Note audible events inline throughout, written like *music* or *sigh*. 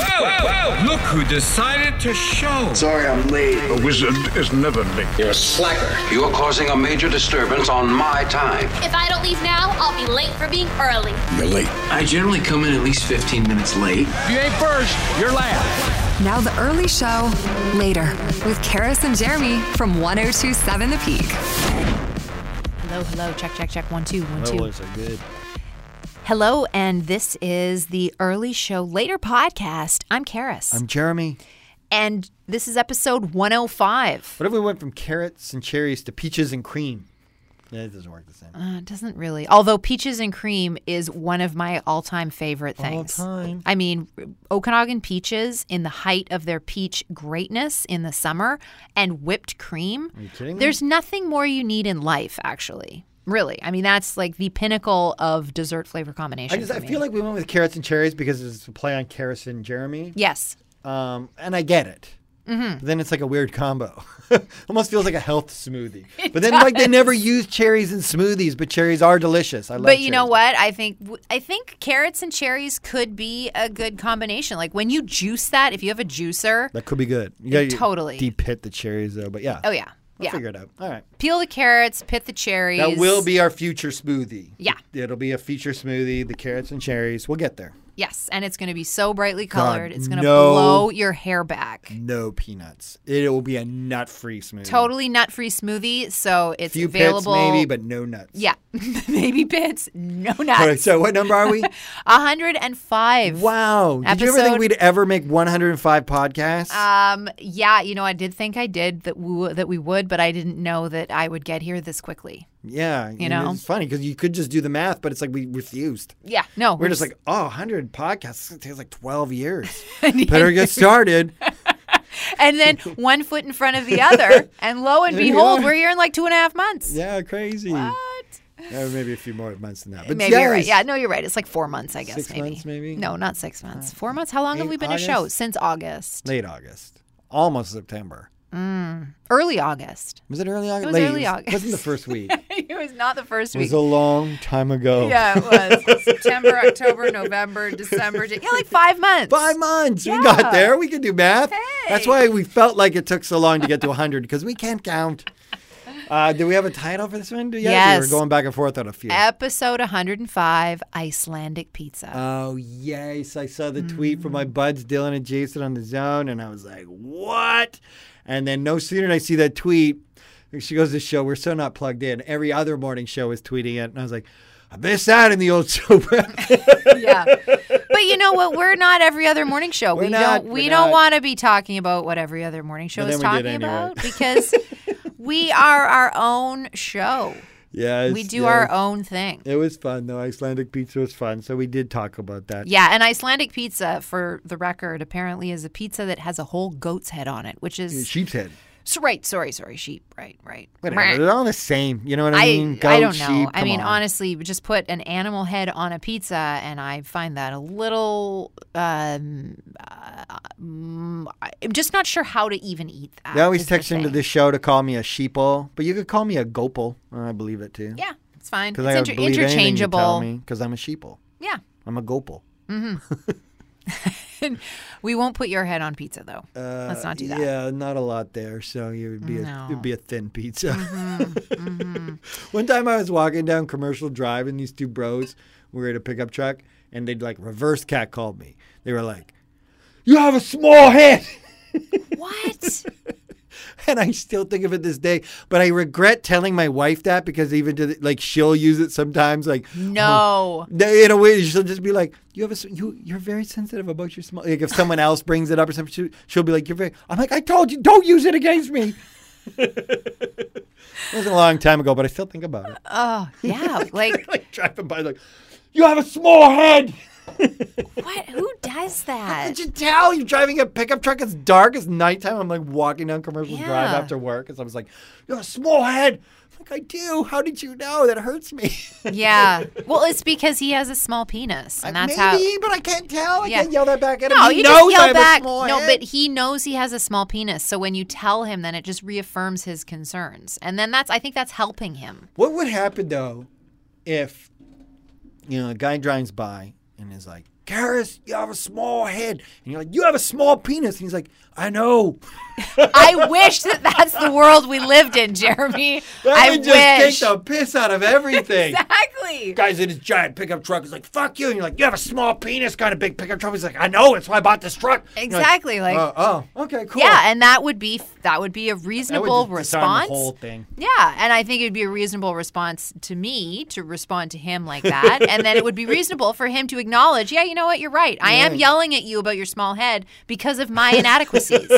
whoa, Look who decided to show. Sorry I'm late. A wizard is never late. You're a slacker. You're causing a major disturbance on my time. If I don't leave now, I'll be late for being early. You're late. I generally come in at least 15 minutes late. If you ain't first, you're last. Now the early show later with Karis and Jeremy from 1027 The Peak. Hello, hello. Check, check, check. One, two, one, two. Those are good. Hello, and this is the Early Show Later podcast. I'm Karis. I'm Jeremy. and this is episode 105. What if we went from carrots and cherries to peaches and cream? Yeah, it doesn't work the same. Uh, it doesn't really. Although peaches and cream is one of my all-time favorite things. All-time. I mean, Okanagan peaches in the height of their peach greatness in the summer, and whipped cream. Are you kidding me? There's nothing more you need in life, actually. Really, I mean, that's like the pinnacle of dessert flavor combination. I just for I me. feel like we went with carrots and cherries because it's a play on Karis and Jeremy. yes. Um, and I get it. Mm-hmm. But then it's like a weird combo. *laughs* Almost feels like a health *laughs* smoothie. but then like they never use cherries in smoothies, but cherries are delicious. I love. But you know cherries. what? I think I think carrots and cherries could be a good combination. Like when you juice that, if you have a juicer, That could be good. You gotta Totally. deep hit the cherries though. But yeah. oh yeah, We'll yeah. figure it out. All right. Peel the carrots, pit the cherries. That will be our future smoothie. Yeah. It'll be a future smoothie, the carrots and cherries. We'll get there. Yes, and it's going to be so brightly colored. it's going to no. blow your hair back. No peanuts. It will be a nut free smoothie. Totally nut-free smoothie, so it's Few available. pits maybe, but no nuts. yeah, *laughs* maybe bits, no *laughs* All right, nuts. so what number are *laughs* we? hundred and five. wow. Did you ever Episode- think we'd ever make 105 podcasts? Um. Yeah, you know, I did think I did that. We, that we would, but I didn't know that I would get here this quickly. yeah. You know. It's funny because you could just do the math, but it's like we refused. Yeah. No. We're just like, oh, 100 podcasts. It's going to take us like 12 *laughs* years. Better get started. *laughs* and then one foot in front of the other, and lo and behold, we're here in like two and a half months. yeah, crazy. What? Yeah, maybe a few more months than that. But maybe you're right. yes. Yeah, no, you're right. It's like four months, I guess. Six maybe. months, maybe? No, not six months. Four months. How long have eight- we been a show August? since August? Late August, almost September. Early August. *laughs* Was it early August? was Late. early August. wasn't the first *laughs* week. it was not the first it was week. a long time ago. *laughs* yeah, *laughs* it was September, October, November, December. Jan- Yeah, like five months. Five months. We got there. We can do math. That's Hey. why we felt like it took so long to get to 100 because we can't count. Uh, do we have a title for this one? Do you- Yes. We were going back and forth on a few. Episode 105, Icelandic pizza. oh, yes. I saw the tweet from my Mm. buds, Dylan and Jason on the zone, and I was like, what? And then no sooner did I see that tweet, she goes to the show. We're so not plugged in. Every other morning show is tweeting it. And I was like, I missed out in the old *laughs* soap. yeah. But you know what? We're not every other morning show. We're we not, don't we're we don't not. want to be talking about what every other morning show But then is we talking did anyway. about *laughs* because we are our own show. yes. we do our yes. own thing. It was fun though. Icelandic pizza was fun, so we did talk about that. Yeah, and Icelandic pizza, for the record, apparently is a pizza that has a whole goat's head on it, which is Sheep's head. so, right. Sorry, sorry, sheep. Right, right. Whatever. They're all the same. You know what I, mean? I, Goat, I don't know. sheep, I come mean, on. honestly, just put an animal head on a pizza, and I find that a little. Um, uh, mm, I'm just not sure how to even eat that. They always is the text into thing. the show to call me a sheeple, but you could call me a gopal. and I believe it too. Yeah, it's fine. It's Because I inter- would believe interchangeable. Because I'm a sheeple. Yeah, I'm a gopal. we won't put your head on pizza though. Let's not do that. Uh, Yeah, not a lot there, so it would be a, No. Mm-hmm, it'd be a thin pizza. *laughs* One time I was walking down Commercial Drive and these two bros were in a pickup truck and they'd like reverse cat called me. They were like, "You have a small head," *laughs* What? and I still think of it this day. But I regret telling my wife that because even to the, like she'll use it sometimes. Like No. No, In a way, she'll just be like, "You have a s- you you're very sensitive about your small." Like if someone else brings it up or something, she, she'll be like, "You're very." I'm like, "I told you, don't use it against *laughs* me." it was a long time ago, but I still think about it. yeah, *laughs* like like driving by, like, "You have a small head." what? Who does Did *laughs* that? you tell? You're driving a pickup truck. It's dark. It's nighttime. I'm like walking down Commercial Drive Yeah. after work, and someone's like, "You have a small head." I'm like, "I do." How did you know? That hurts me. yeah. Well, it's because he has a small penis, *laughs* and that's Maybe, how. but I can't tell. I Yeah. can't yell that back at him. No, He you knows just I yell have a back. small No, head. but he knows he has a small penis. So when you tell him, then it just reaffirms his concerns, and then that's I think that's *laughs* helping him. What would happen though if you know a guy drives by and is like, Karis, you have a small head. And you're like, you have a small penis. And he's like, I know. I wish that that's the world we lived in, Jeremy. *laughs* Let I me wish. just take the piss out of everything. *laughs* exactly. Guy's in his giant pickup truck. He's like, fuck you. And you're like, you have a small penis kind of big pickup truck. He's like, I know. That's why I bought this truck. And you're Exactly, like- oh, oh, okay, cool. Yeah, and that would be that would be a That would reasonable just disarm response. The whole thing. Yeah, and I think it'd be a reasonable response to me to respond to him like that, and then it *laughs* would be reasonable for him to acknowledge, yeah, you know what, you're right. I am yelling at you about your small head because of my inadequacies. *laughs*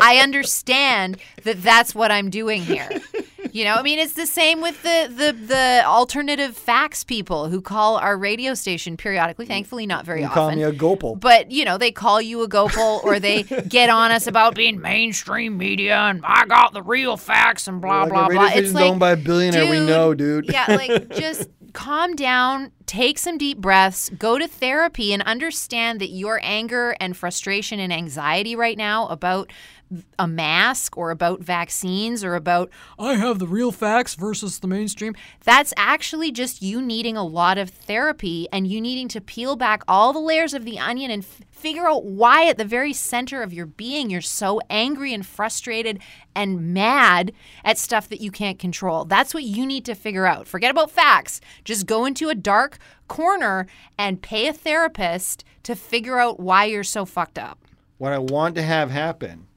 I understand that that's what I'm doing here. You know, I mean, it's the same with the, the the alternative facts people who call our radio station periodically. Thankfully, not very You often. Mm. call me a gopal. But you know, they call you a gopal *laughs* or they get on us about being mainstream media and I got the real facts and blah Like a blah radio blah. It's station's like owned by a billionaire, we know, dude. yeah, *laughs* like just calm down, take some deep breaths, go to therapy and understand that your anger and frustration and anxiety right now about a mask or about vaccines or about I have the real facts versus the mainstream. That's actually just you needing a lot of therapy and you needing to peel back all the layers of the onion and f- figure out why at the very center of your being you're so angry and frustrated and mad at stuff that you can't control. That's what you need to figure out. Forget about facts. Just go into a dark corner and pay a therapist to figure out why you're so fucked up. What I want to have happen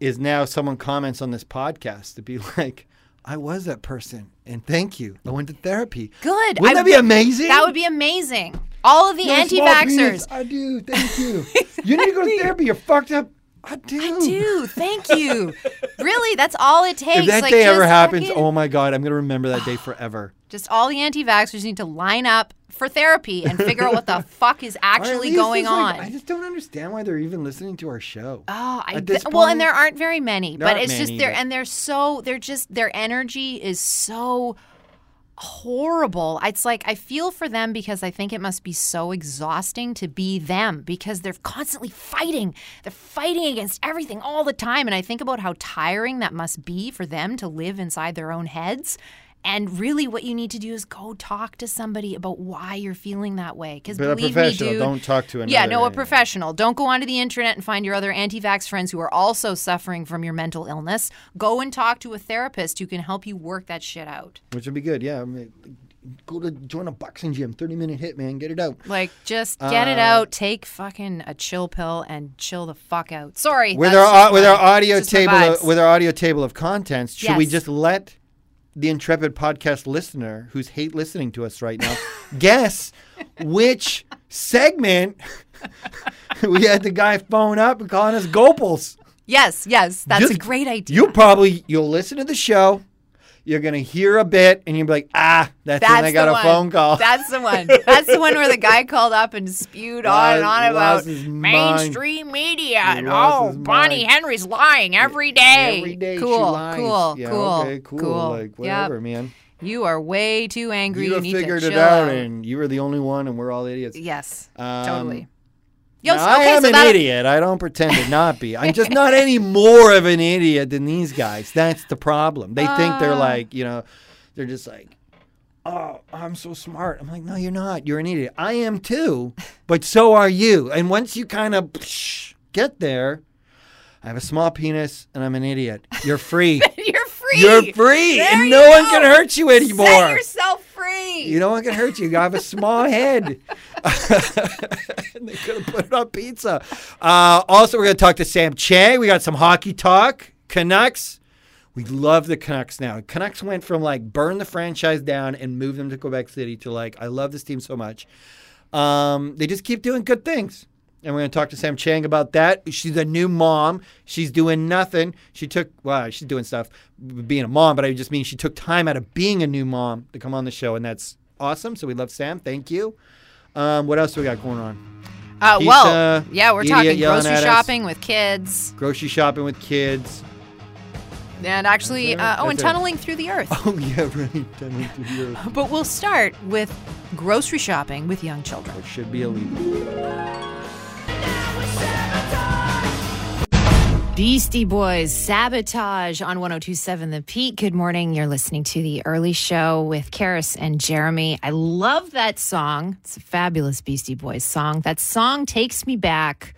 is now someone comments on this podcast to be *laughs* like, I was that person, and thank you. I went to therapy. Good. Wouldn't I that be would- amazing? That would be amazing. All of the You're a anti small penis. vaxxers. I do. Thank you. *laughs* You need to go to therapy. You're fucked up. I do. Dude, thank you. *laughs* really, that's all it takes. If that like, day ever just happens, fucking- oh my God, I'm going to remember that *sighs* day forever. Just all the anti vaxxers need to line up for therapy and figure out *laughs* what the fuck is Or at actually least going it's like- on. I just don't understand why they're even listening to our show. Oh, I At th- this well, point- and there aren't very many, but Not it's just many, they're but- and they're so they're just their energy is so horrible. It's like I feel for them because I think it must be so exhausting to be them because they're constantly fighting. They're fighting against everything all the time and I think about how tiring that must be for them to live inside their own heads. And really what you need to do is go talk to somebody about why you're feeling that way cuz But a believe professional, me dude, don't talk to Yeah, another no, a anyway. professional professional. Don't go onto the internet and find your other anti vax friends who are also suffering from your mental illness. Go and talk to a therapist who can help you work that shit out. Which would be good. Yeah. I mean, go to join a boxing gym, 30 minute hit, man. Get it out. Like, just get Uh, it out. Take fucking a chill pill and chill the fuck out. Sorry. with that's our au- just with our my- audio just my table of, vibes. with our audio table of contents, should we Yes. just let the intrepid podcast listener who's hate listening to us right *laughs* now guess which segment *laughs* we had the guy phone up and calling us gopals? yes, yes. That's a Just- great idea. You probably you'll listen to the show. You're gonna hear a bit, and you'll be like, "Ah, that's, That's when I got the a one. phone call." *laughs* That's the one. That's the one where the guy called up and spewed on and on *laughs* Lost- about lost his mind. mainstream media and lost oh, his Bonnie mind. Henry's lying every day. Every day she cool, lies. cool, Yeah, cool, okay, cool, like, whatever, man. You are way too angry. You, you need figured to it chill out, and you were the only one, and we're all idiots. yes, Um, totally. Yo, Now, so- okay, I am so an that- idiot. I don't pretend to not be. I'm just not any more of an idiot than these guys. That's the problem. They think Uh. they're like, you know, they're just like, oh, I'm so smart. I'm like, no, you're not. You're an idiot. I am too, but so are you. And once you kind of get there, I have a small penis and I'm an idiot. You're free. *laughs* You're free. You're free, There and you no one go. can hurt you anymore. *laughs* Set yourself free. You know what can hurt you? You have a small *laughs* head. and they could have put it on pizza. Uh, also, we're going to talk to Sam Chang. We got some hockey talk. Canucks. We love the Canucks now. Canucks went from like burn the franchise down and move them to Quebec City to like, I love this team so much. Um, they just keep doing good things. And we're going to talk to Sam Chang about that. She's a new mom. She's doing nothing. She took, well, she's doing stuff being a mom, but I just mean she took time out of being a new mom to come on the show. And that's awesome. So we love Sam. Thank you. Um, what else we got going on? uh, Pizza, well, yeah, we're idiot talking yelling grocery at us. shopping with kids, Grocery shopping with kids. *laughs* and actually, That's it. uh, oh, and That's it. tunneling through the earth. *laughs* Oh, yeah, right. Time into Europe. But we'll start with grocery shopping with young children. It should be illegal. Beastie Boys Sabotage on 1027 The Peak. Good morning. You're listening to The Early Show with Karis and Jeremy. I love that song. It's a fabulous Beastie Boys song. That song takes me back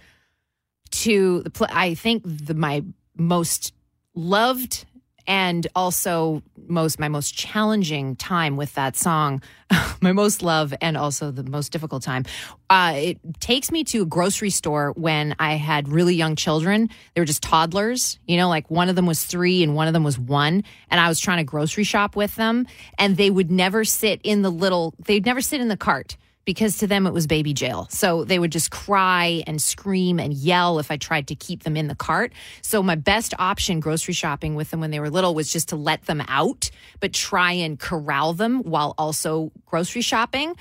to the pl- I think the, my most loved and also most my most challenging time with that song, *laughs* my most love and also the most difficult time. Uh, it takes me to a grocery store when I had really young children. They were just toddlers, you know, like one of them was three and one of them was one, and I was trying to grocery shop with them, and they would never sit in the little, they'd never sit in the cart because to them it was baby jail. So they would just cry and scream and yell if I tried to keep them in the cart. So my best option grocery shopping with them when they were little was just to let them out, but try and corral them while also grocery shopping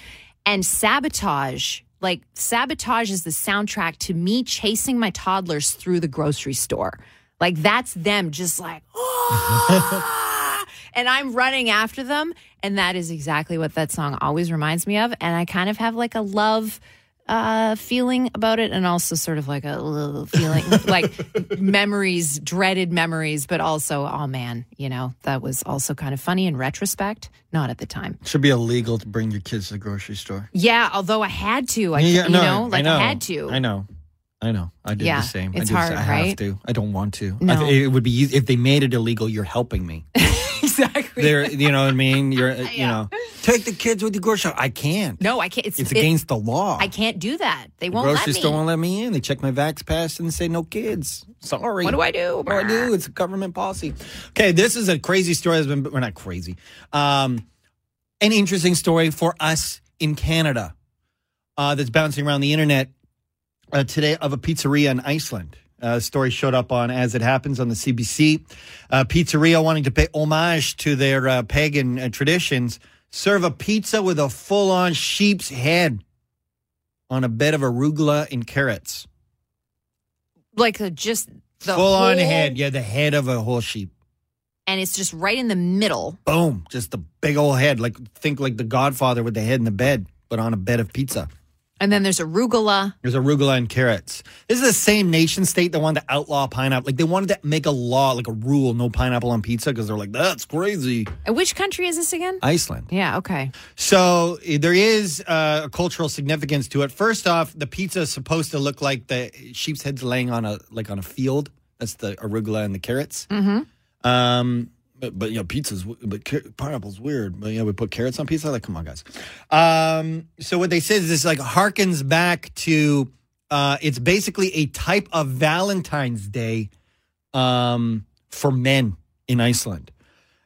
and sabotage. Like sabotage is the soundtrack to me chasing my toddlers through the grocery store. Like that's them just like, "Ah!" *laughs* and I'm running after them. And that is exactly what that song always reminds me of. And I kind of have like a love uh, feeling about it and also sort of like a *laughs* little feeling like memories, dreaded memories, but also, oh man, you know, that was also kind of funny in retrospect, not at the time. Should be illegal to bring your kids to the grocery store. Yeah, although I had to, I, Yeah, you no, know, like I, know. had to. I know. I know. I did Yeah, the same. it's I did the hard, same. I right? have to. I don't want to. I No. th- it would be easy if they made it illegal. You're helping *laughs* me. *laughs* exactly. There, you know what I mean. *laughs* You're, uh, you know, take the kids with the grocery. Shop. I can't. no, I can't. It's, it's it- against the law. I can't do that. They won't let Grocery me. store won't let me in. They check my vax pass and say no kids. Sorry. What do I do? What do I do? It's a government policy. Okay, this is a crazy story. Has been we're not crazy. Um, an interesting story for us in Canada uh, that's bouncing around the internet uh, today of a pizzeria in Iceland. Uh, story showed up on As It Happens on the CBC. Uh, pizzeria wanting to pay homage to their uh, pagan uh, traditions serve a pizza with a full on sheep's head on a bed of arugula and carrots. like the, just the full on whole- head. Yeah, the head of a whole sheep. and it's just right in the middle. Boom. Just the big old head. Like think like the godfather with the head in the bed, but on a bed of pizza. And then there's arugula. There's arugula and carrots. This is the same nation state that wanted to outlaw pineapple. Like they wanted to make a law, like a rule, no pineapple on pizza, because they're like, that's crazy. And which country is this again? Iceland. yeah, okay. So eh, there is uh, a cultural significance to it. First off, the pizza is supposed to look like the sheep's heads laying on a like on a field. That's the arugula and the carrots. Mm-hmm. Um, but, but you know, pizza's w- but car- pineapple's weird. But you know, we put carrots on pizza. Like, come on, guys. Um, so what they said is this like harkens back to uh, it's basically a type of Valentine's Day um, for men in Iceland.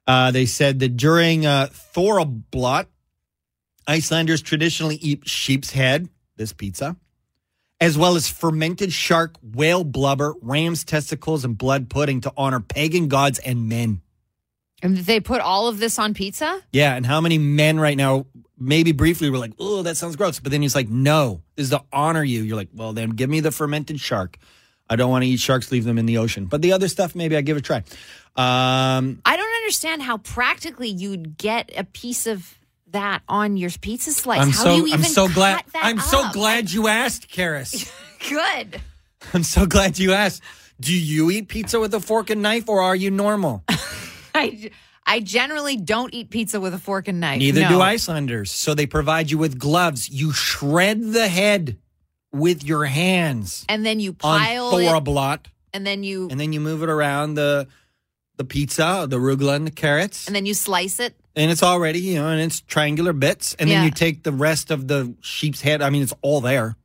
Uh, they said that during uh, Thorablot, Icelanders traditionally eat sheep's head, this pizza, as well as fermented shark, whale blubber, ram's testicles, and blood pudding to honor pagan gods and men. And they put all of this on pizza? Yeah, and how many men right now, maybe briefly, were like, oh, that sounds gross. But then he's like, no, this is to honor you. You're like, well, then give me the fermented shark. I don't want to eat sharks, leave them in the ocean. But the other stuff, maybe I give it a try. Um, I don't understand how practically you'd get a piece of that on your pizza slice. I'm how so do you even I'm so cut glad that I'm so up? glad you asked, Karis. Good. *laughs* I'm so glad you asked. Do you eat pizza with a fork and knife or are you *laughs* normal? I, I generally don't eat pizza with a fork and knife. Neither No. do Icelanders. So they provide you with gloves. You shred the head with your hands And then you on pile it, thorablot and then you and then you move it around the the pizza, the arugula and the carrots. and And, then you slice it. it's already, you know, and it's triangular bits. And Yeah. then you take the rest of the sheep's head. I mean, it's all there.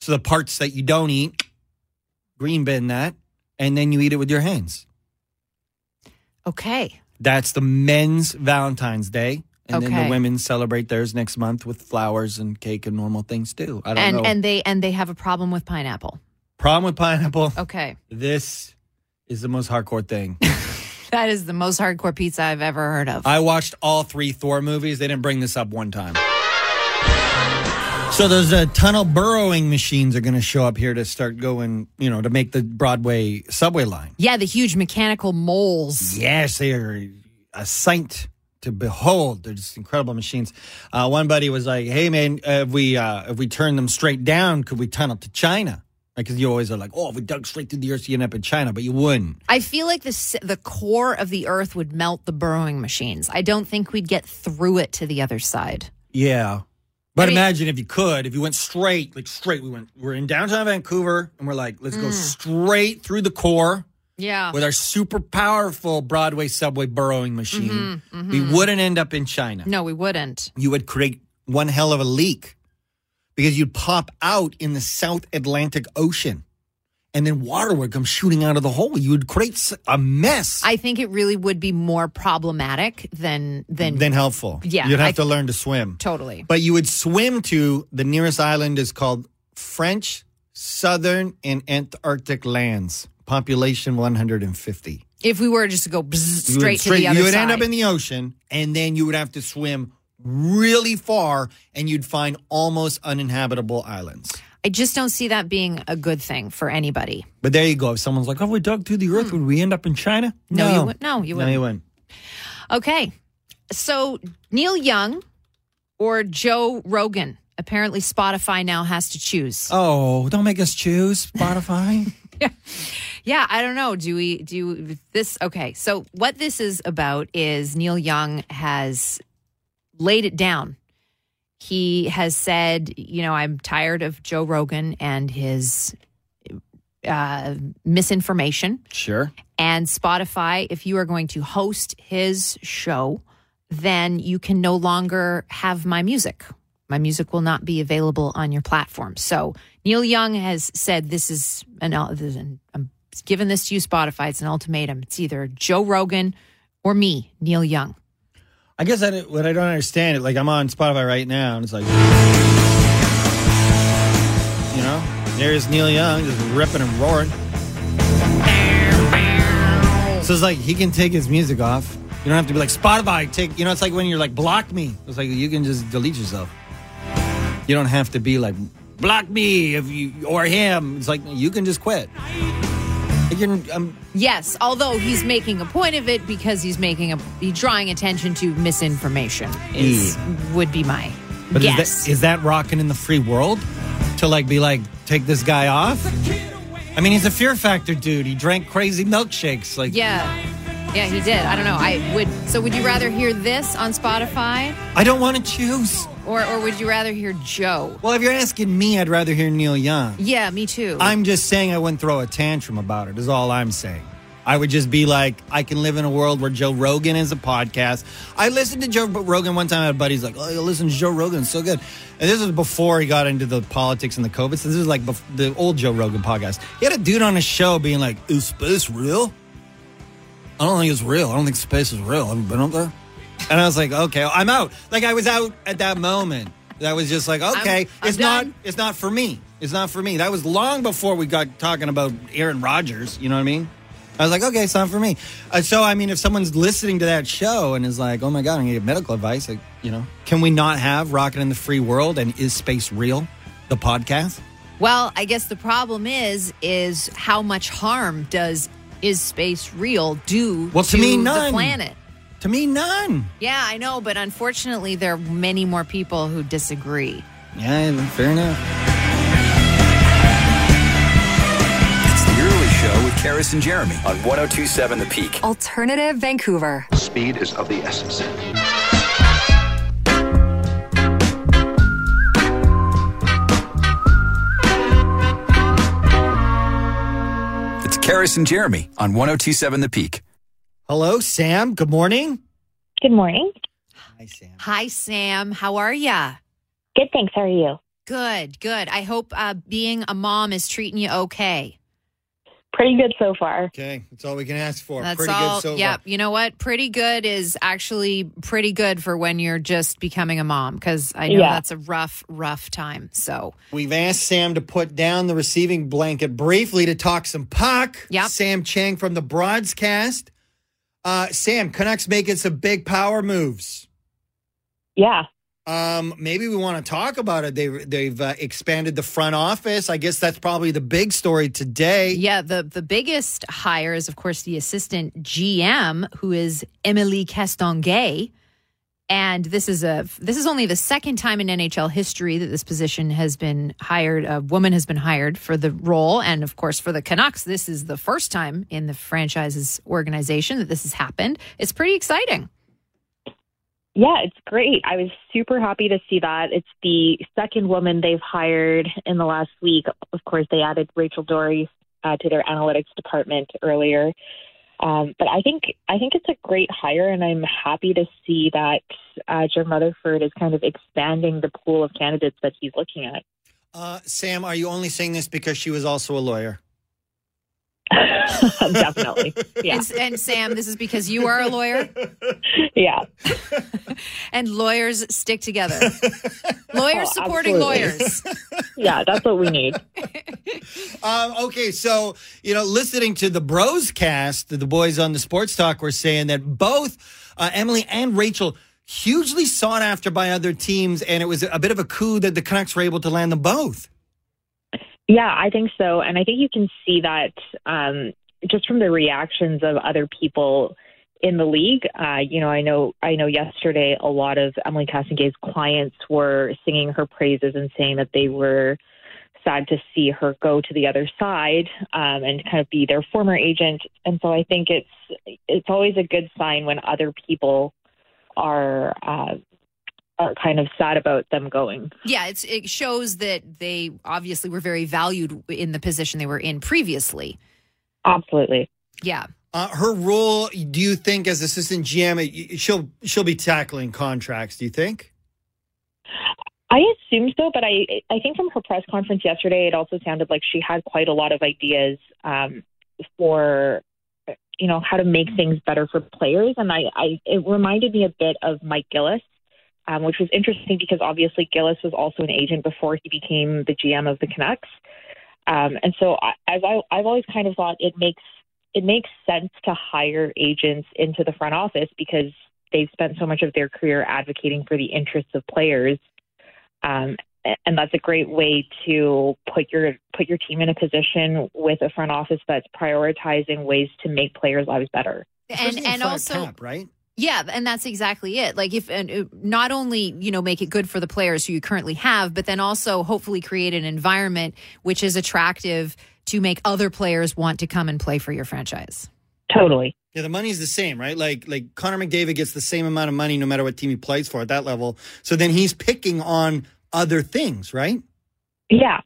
So the parts that you don't eat, green bin that, and then you eat it with your hands. Okay. That's the men's Valentine's Day. And then Okay. the women celebrate theirs next month with flowers and cake and normal things too. I don't And know. and they and they have a problem with pineapple. Problem with pineapple. Okay. This is the most hardcore thing. That is the most hardcore pizza I've ever heard of. I watched all three Thor movies. They didn't bring this up one time. So those uh, tunnel burrowing machines are going to show up here to start going, you know, to make the Broadway subway line. yeah, the huge mechanical moles. Yes, they are a sight to behold. They're just incredible machines. Uh, one buddy was like, "Hey man, uh, if we uh, if we turn them straight down, could we tunnel to China?" Because you always are like, oh, if we dug straight through the earth, you end up in China, but you wouldn't. I feel like the s- the core of the Earth would melt the burrowing machines. I don't think we'd get through it to the other side. Yeah. But I mean- imagine if you could, if you went straight, like straight, we went, we're in downtown Vancouver and we're like, let's Mm. go straight through the core Yeah. with our super powerful Broadway subway burrowing machine. Mm-hmm, We wouldn't end up in China. No, we wouldn't. You would create one hell of a leak because you'd pop out in the South Atlantic Ocean and then water would come shooting out of the hole. You would create s- a mess. I think it really would be more problematic than than, then helpful. Yeah, You'd have I- to learn to swim. totally. But you would swim to the nearest island is called French Southern and Antarctic Lands. Population 150. If we were just to go bzzz, You would- straight, to the other You would side. end up in the ocean, and then you would have to swim really far, and you'd find almost uninhabitable islands. I just don't see that being a good thing for anybody. But there you go. If someone's like, "Oh, we dug through the earth, would we end up in China?" Hmm. No, you wouldn't. No, you No, wouldn't. you wouldn't. Okay. So Neil Young or Joe Rogan. Apparently Spotify now has to choose. Oh, don't make us choose Spotify. Yeah, I don't know. Do we do this? Okay, so what this is about is Neil Young has laid it down. He has said, you know, I'm tired of Joe Rogan and his uh, misinformation. sure. And Spotify, if you are going to host his show, then you can no longer have my music. My music will not be available on your platform. So Neil Young has said this is an uh, this is an- I'm giving this to you, Spotify. It's an ultimatum. It's either Joe Rogan or me, Neil Young. I guess I, don't- what I don't understand it. Like I'm on Spotify right now, and it's like, you know, there's Neil Young just ripping and roaring. So it's like he can take his music off. You don't have to be like Spotify. Take you know, it's like when you're like block me. It's like you can just delete yourself. You don't have to be like block me if you or him. It's like you can just quit. Like you're, um, Yes, although he's making a point of it because he's making a he's drawing attention to misinformation. Is would be my Mm. but guess. is that is that rocking in the free world to like be like take this guy off? I mean, he's a Fear Factor dude. He drank crazy milkshakes. Like, Yeah. Yeah, he did. I don't know. I would so would you rather hear this on Spotify I don't want to choose. or or would you rather hear Joe? Well, if you're asking me, I'd rather hear Neil Young. Yeah, me too. I'm just saying I wouldn't throw a tantrum about it, is all I'm saying. I would just be like, I can live in a world where Joe Rogan is a podcast. I listened to Joe Rogan one time. I had a buddy's like, oh, you listen to Joe Rogan. It's so good. And this was before he got into the politics and the COVID. So this is like bef- the old Joe Rogan podcast. He had a dude on his show being like, is space real? I don't think it's real. I don't think space is real. Have you been up there? And I was like, okay, I'm out. Like I was out at that moment. That was just like, okay, I'm it's done. not it's not for me. It's not for me. That was long before we got talking about Aaron Rodgers. You know what I mean? I was like, okay, it's not for me. Uh, so, I mean, if someone's listening to that show and is like, oh my God, I'm going to get medical advice, like, you know, can we not have Rocket in the Free World and Is Space Real, the podcast? well, I guess the problem is is how much harm does is space real do Well, to me, the none. planet? To me, none. Yeah, I know, but unfortunately there are many more people who disagree. Yeah, fair enough. It's the Early Show with Karis and Jeremy on 1027 The Peak. Alternative Vancouver. Speed is of the essence. It's Karis and Jeremy on 1027 The Peak. Hello, Sam. Good morning. Good morning. Hi, Sam. Hi Sam, how are ya? Good, thanks. How are you? Good, good. I hope uh, being a mom is treating you okay. Pretty good so far. Okay, that's all we can ask for. That's Pretty all. good so yep. far. You know what? Pretty good is actually pretty good for when you're just becoming a mom because I know Yeah. that's a rough, rough time. So We've asked Sam to put down the receiving blanket briefly to talk some puck. Yep. Sam Chang from the broadcast. Uh, Sam, Canucks making some big power moves. Yeah. Um, maybe we want to talk about it. They, they've uh, expanded the front office. I guess that's probably the big story today. yeah, the the biggest hire is of course the assistant GM who is Emily Castonguay. And this is a this is only the second time in NHL history that this position has been hired. A woman has been hired for the role, and of course for the Canucks, this is the first time in the franchise's organization that this has happened. It's pretty exciting. Yeah, it's great. I was super happy to see that. It's the second woman they've hired in the last week. Of course, they added Rachel Dory uh, to their analytics department earlier. Um, but I think I think it's a great hire, and I'm happy to see that uh, Jim Rutherford is kind of expanding the pool of candidates that he's looking at. *laughs* Uh, Sam, are you only saying this because she was also a lawyer? Definitely, yeah, And, and Sam, this is because you are a lawyer, yeah, and lawyers stick *laughs* together. Lawyers Oh, supporting absolutely. lawyers. yeah. That's what we need. Um, okay, so you know, listening to the Bros cast, the boys on the Sports Talk were saying that both uh, Emily and Rachel hugely sought after by other teams, and it was a bit of a coup that the Canucks were able to land them both. Yeah, I think so. And I think you can see that um, just from the reactions of other people in the league. Uh, you know, I know I know yesterday a lot of Emily Cassingay's clients were singing her praises and saying that they were sad to see her go to the other side um, and kind of be their former agent. And so I think it's it's always a good sign when other people are uh, are kind of sad about them going. Yeah, it's, it shows that they obviously were very valued in the position they were in previously. Absolutely. Yeah. Uh, her role, do you think, as assistant GM, it- she'll she'll be tackling contracts? Do you think? I assume so, but I I think from her press conference yesterday, it also sounded like she had quite a lot of ideas um, for you know how to make things better for players, and I, I it reminded me a bit of Mike Gillis, um, which was interesting because obviously Gillis was also an agent before he became the GM of the Canucks, um, and so I, as I I've always kind of thought it makes it makes sense to hire agents into the front office because they've spent so much of their career advocating for the interests of players um, a- and that's a great way to put your put your team in a position with a front office that's prioritizing ways to make players' lives better. And Especially and five also cap, right? yeah, and that's exactly it. Like if and uh, not only, you know, make it good for the players who you currently have, but then also hopefully create an environment which is attractive to make other players want to come and play for your franchise. Totally. Yeah, the money's the same, right? Like like Connor McDavid gets the same amount of money no matter what team he plays for at that level. So then he's picking on other things, right? Yeah,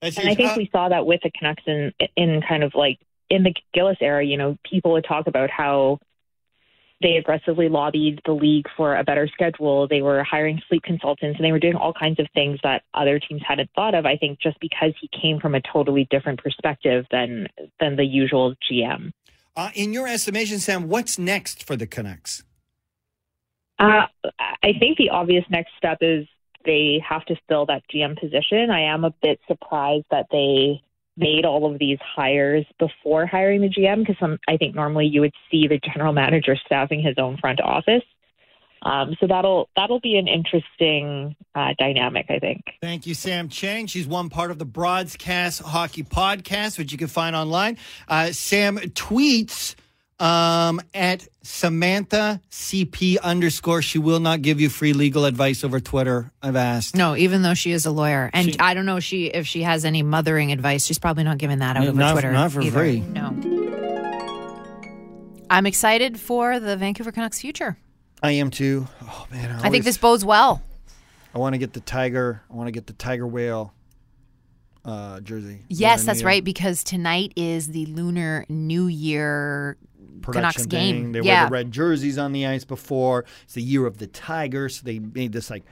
That's and I huge. think Uh, we saw that with the Canucks in in kind of like in the Gillis era. You know, people would talk about how they aggressively lobbied the league for a better schedule. They were hiring sleep consultants, and they were doing all kinds of things that other teams hadn't thought of. I think just because he came from a totally different perspective than than the usual GM. Uh, in your estimation, Sam, what's next for the Canucks? Uh, I think the obvious next step is they have to fill that GM position. I am a bit surprised that they made all of these hires before hiring the GM because I think normally you would see the general manager staffing his own front office. Um, so that'll that'll be an interesting uh, dynamic, I think. Thank you, Sam Chang. She's one part of the Broadcast Hockey Podcast, which you can find online. Uh, Sam tweets um, at Samantha CP underscore. She will not give you free legal advice over Twitter. I've asked. No, even though she is a lawyer, and I don't know she if she has any mothering advice, she's probably not giving that out Yeah, over not- Twitter. not for either. free. No. I'm excited for the Vancouver Canucks future. I am too. Oh man, I, I think always- this bodes well. I want to get the tiger. I want to get the tiger whale uh, jersey. Yes, Another that's new right. Because tonight is the Lunar New Year Canucks production game. thing. They yeah, wear the red jerseys on the ice before. It's the year of the tiger, so they made this like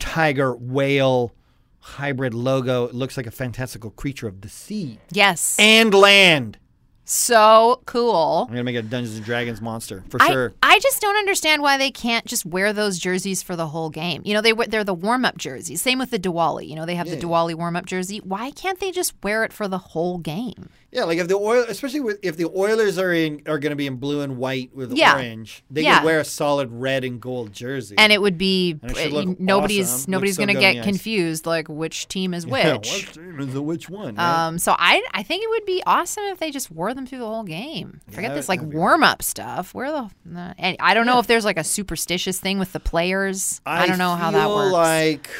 tiger whale hybrid logo. It looks like a fantastical creature of the sea yes, and land. so cool. I'm gonna make a Dungeons and Dragons monster for I, sure. I just don't understand why they can't just wear those jerseys for the whole game. You know, they wear- they're the warm up jerseys. Same with the Diwali. You know, they have the Diwali warm up jersey. Why can't they just wear it for the whole game? Yeah, like if the oil, especially with, if the Oilers are in are gonna be in blue and white with Yeah. orange, they Yeah. could wear a solid red and gold jersey. And it would be uh, And it should look nobody's awesome. nobody's Looks so going to good on get the ice. confused like which team *laughs* is *laughs* yeah, which. which team is the which one? right? Um, so I I think it would be awesome if they just wore them through the whole game. Forget this like warm up stuff. Where the nah. and I don't know if there's like a superstitious thing with the players. I, don't know how that feel works. Like,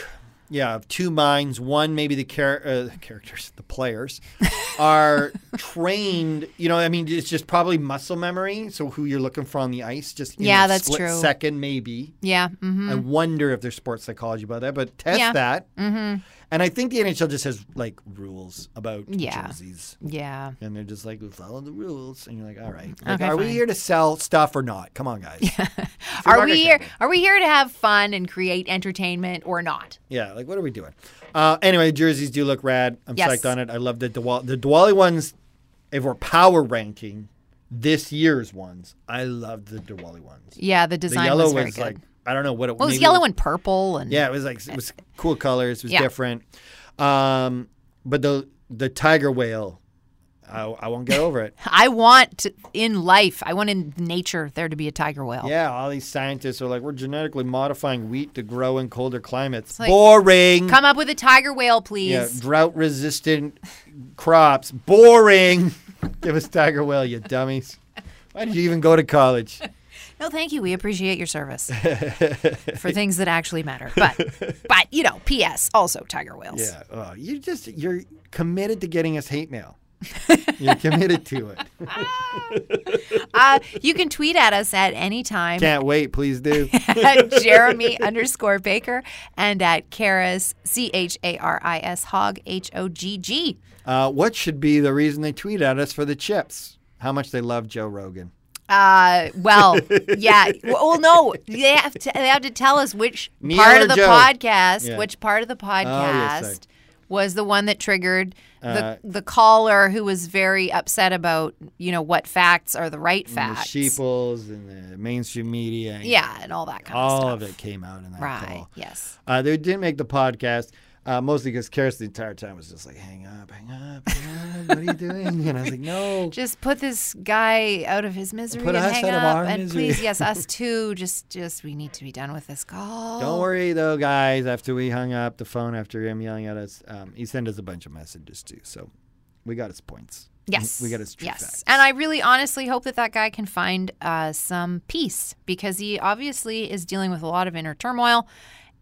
yeah, of two minds. One, maybe the char- uh, the characters, the players, *laughs* are trained. You know, I mean, it's just probably muscle memory. So who you're looking for on the ice, just in Yeah, a that's split true. Second, maybe. yeah, hmm I wonder if there's sports psychology about that, but test Yeah. that. Mm-hmm. And I think the NHL just has like rules about Yeah. jerseys. yeah. And they're just like, follow the rules. And you're like, all right. Like, Okay, are we fine. here to sell stuff or not? Come on, guys. If you're Are not we gonna here? care. Are we here to have fun and create entertainment or not? Yeah, like what are we doing? Uh, anyway, jerseys do look rad. I'm Yes. psyched on it. I love the Diwali. The Diwali ones, if we're power ranking this year's ones, I loved the Diwali ones. Yeah, the The design yellow was very was good. like I don't know what it well, it was maybe yellow and purple and yeah, it was like it was cool colors. It was Yeah. different. Um, but the the tiger whale, I, I won't get *laughs* over it. I want to- in life, I want in nature there to be a tiger whale. Yeah, all these scientists are like, we're genetically modifying wheat to grow in colder climates. like- Boring. Come up with a tiger whale, please. Yeah, drought resistant crops. Boring. *laughs* Give us Tiger Whale, you dummies. Why did you even go to college? No, thank you. We appreciate *laughs* your service for things that actually matter. But, but you know, P.S. Also, tiger whales. Yeah, oh, you just you're committed to getting us hate *laughs* mail. You're committed to it. Uh, you can tweet at us at any time Can't wait, please *laughs* do. at Jeremy underscore Baker and at Karis C H A R I S Hog H O G G. Uh, what should be the reason they tweet at us for the chips? How much they love Joe Rogan. Uh, well, *laughs* yeah. Well, no, they have to. They have to tell us which Neil part or of the Joe? podcast, Yeah. Oh, which part of the podcast yes, sorry. was the one that triggered the Uh, the caller who was very upset about you know what facts are the right And Mm, the facts. sheeples and the mainstream media. and yeah, and all that kind all of of stuff. it came out in that Right. call. Yes. Uh, they didn't make the podcast. Uh, mostly because Karis the entire time was just like, hang up, hang up, hang up, what are you doing? And I was like, no. *laughs* Just put this guy out of his misery Put and us hang out up, of our and misery. please, *laughs* yes, us too. Just, just we need to be done with this call. Don't worry though, guys. After we hung up the phone, after him yelling at us, um, he sent us a bunch of messages too. So we got his points. Yes. We got his true Yes. facts. And I really honestly hope that that guy can find uh, some peace because he obviously is dealing with a lot of inner turmoil.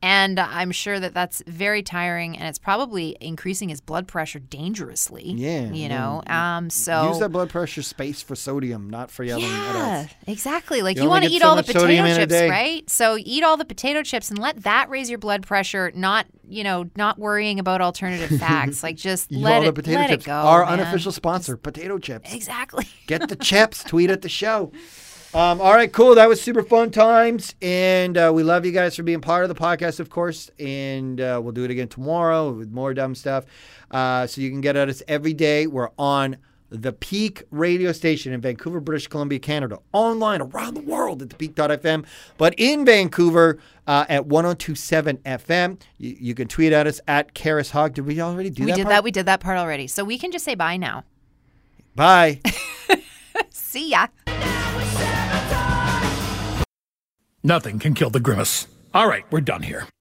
And I'm sure that that's very tiring and it's probably increasing his blood pressure dangerously. Yeah, You yeah. know, um, so. Use that blood pressure space for sodium, not for yelling at yeah, us. exactly. Like You you only want to get eat so all the much sodium potato in a chips, day. right? So eat all the potato chips and let that raise your blood pressure. Not, you know, not worrying about alternative facts. *laughs* like just Eat let all it the potato let chips. it go. Our man. unofficial sponsor, potato chips. Exactly. Get the chips. Tweet at the show. Um, all right, cool. That was super fun times, and uh, we love you guys for being part of the podcast, of course. And uh, we'll do it again tomorrow with more dumb stuff. Uh, so you can get at us every day. We're on the Peak radio station in Vancouver, British Columbia, Canada, online around the world at thepeak.fm, but in Vancouver uh, at 102.7 FM. You, you can tweet at us at Karis Hogg. Did we already do we that? did part? that. We did that part already. So we can just say bye now. Bye. See ya. Nothing can kill the grimace. All right, we're done here.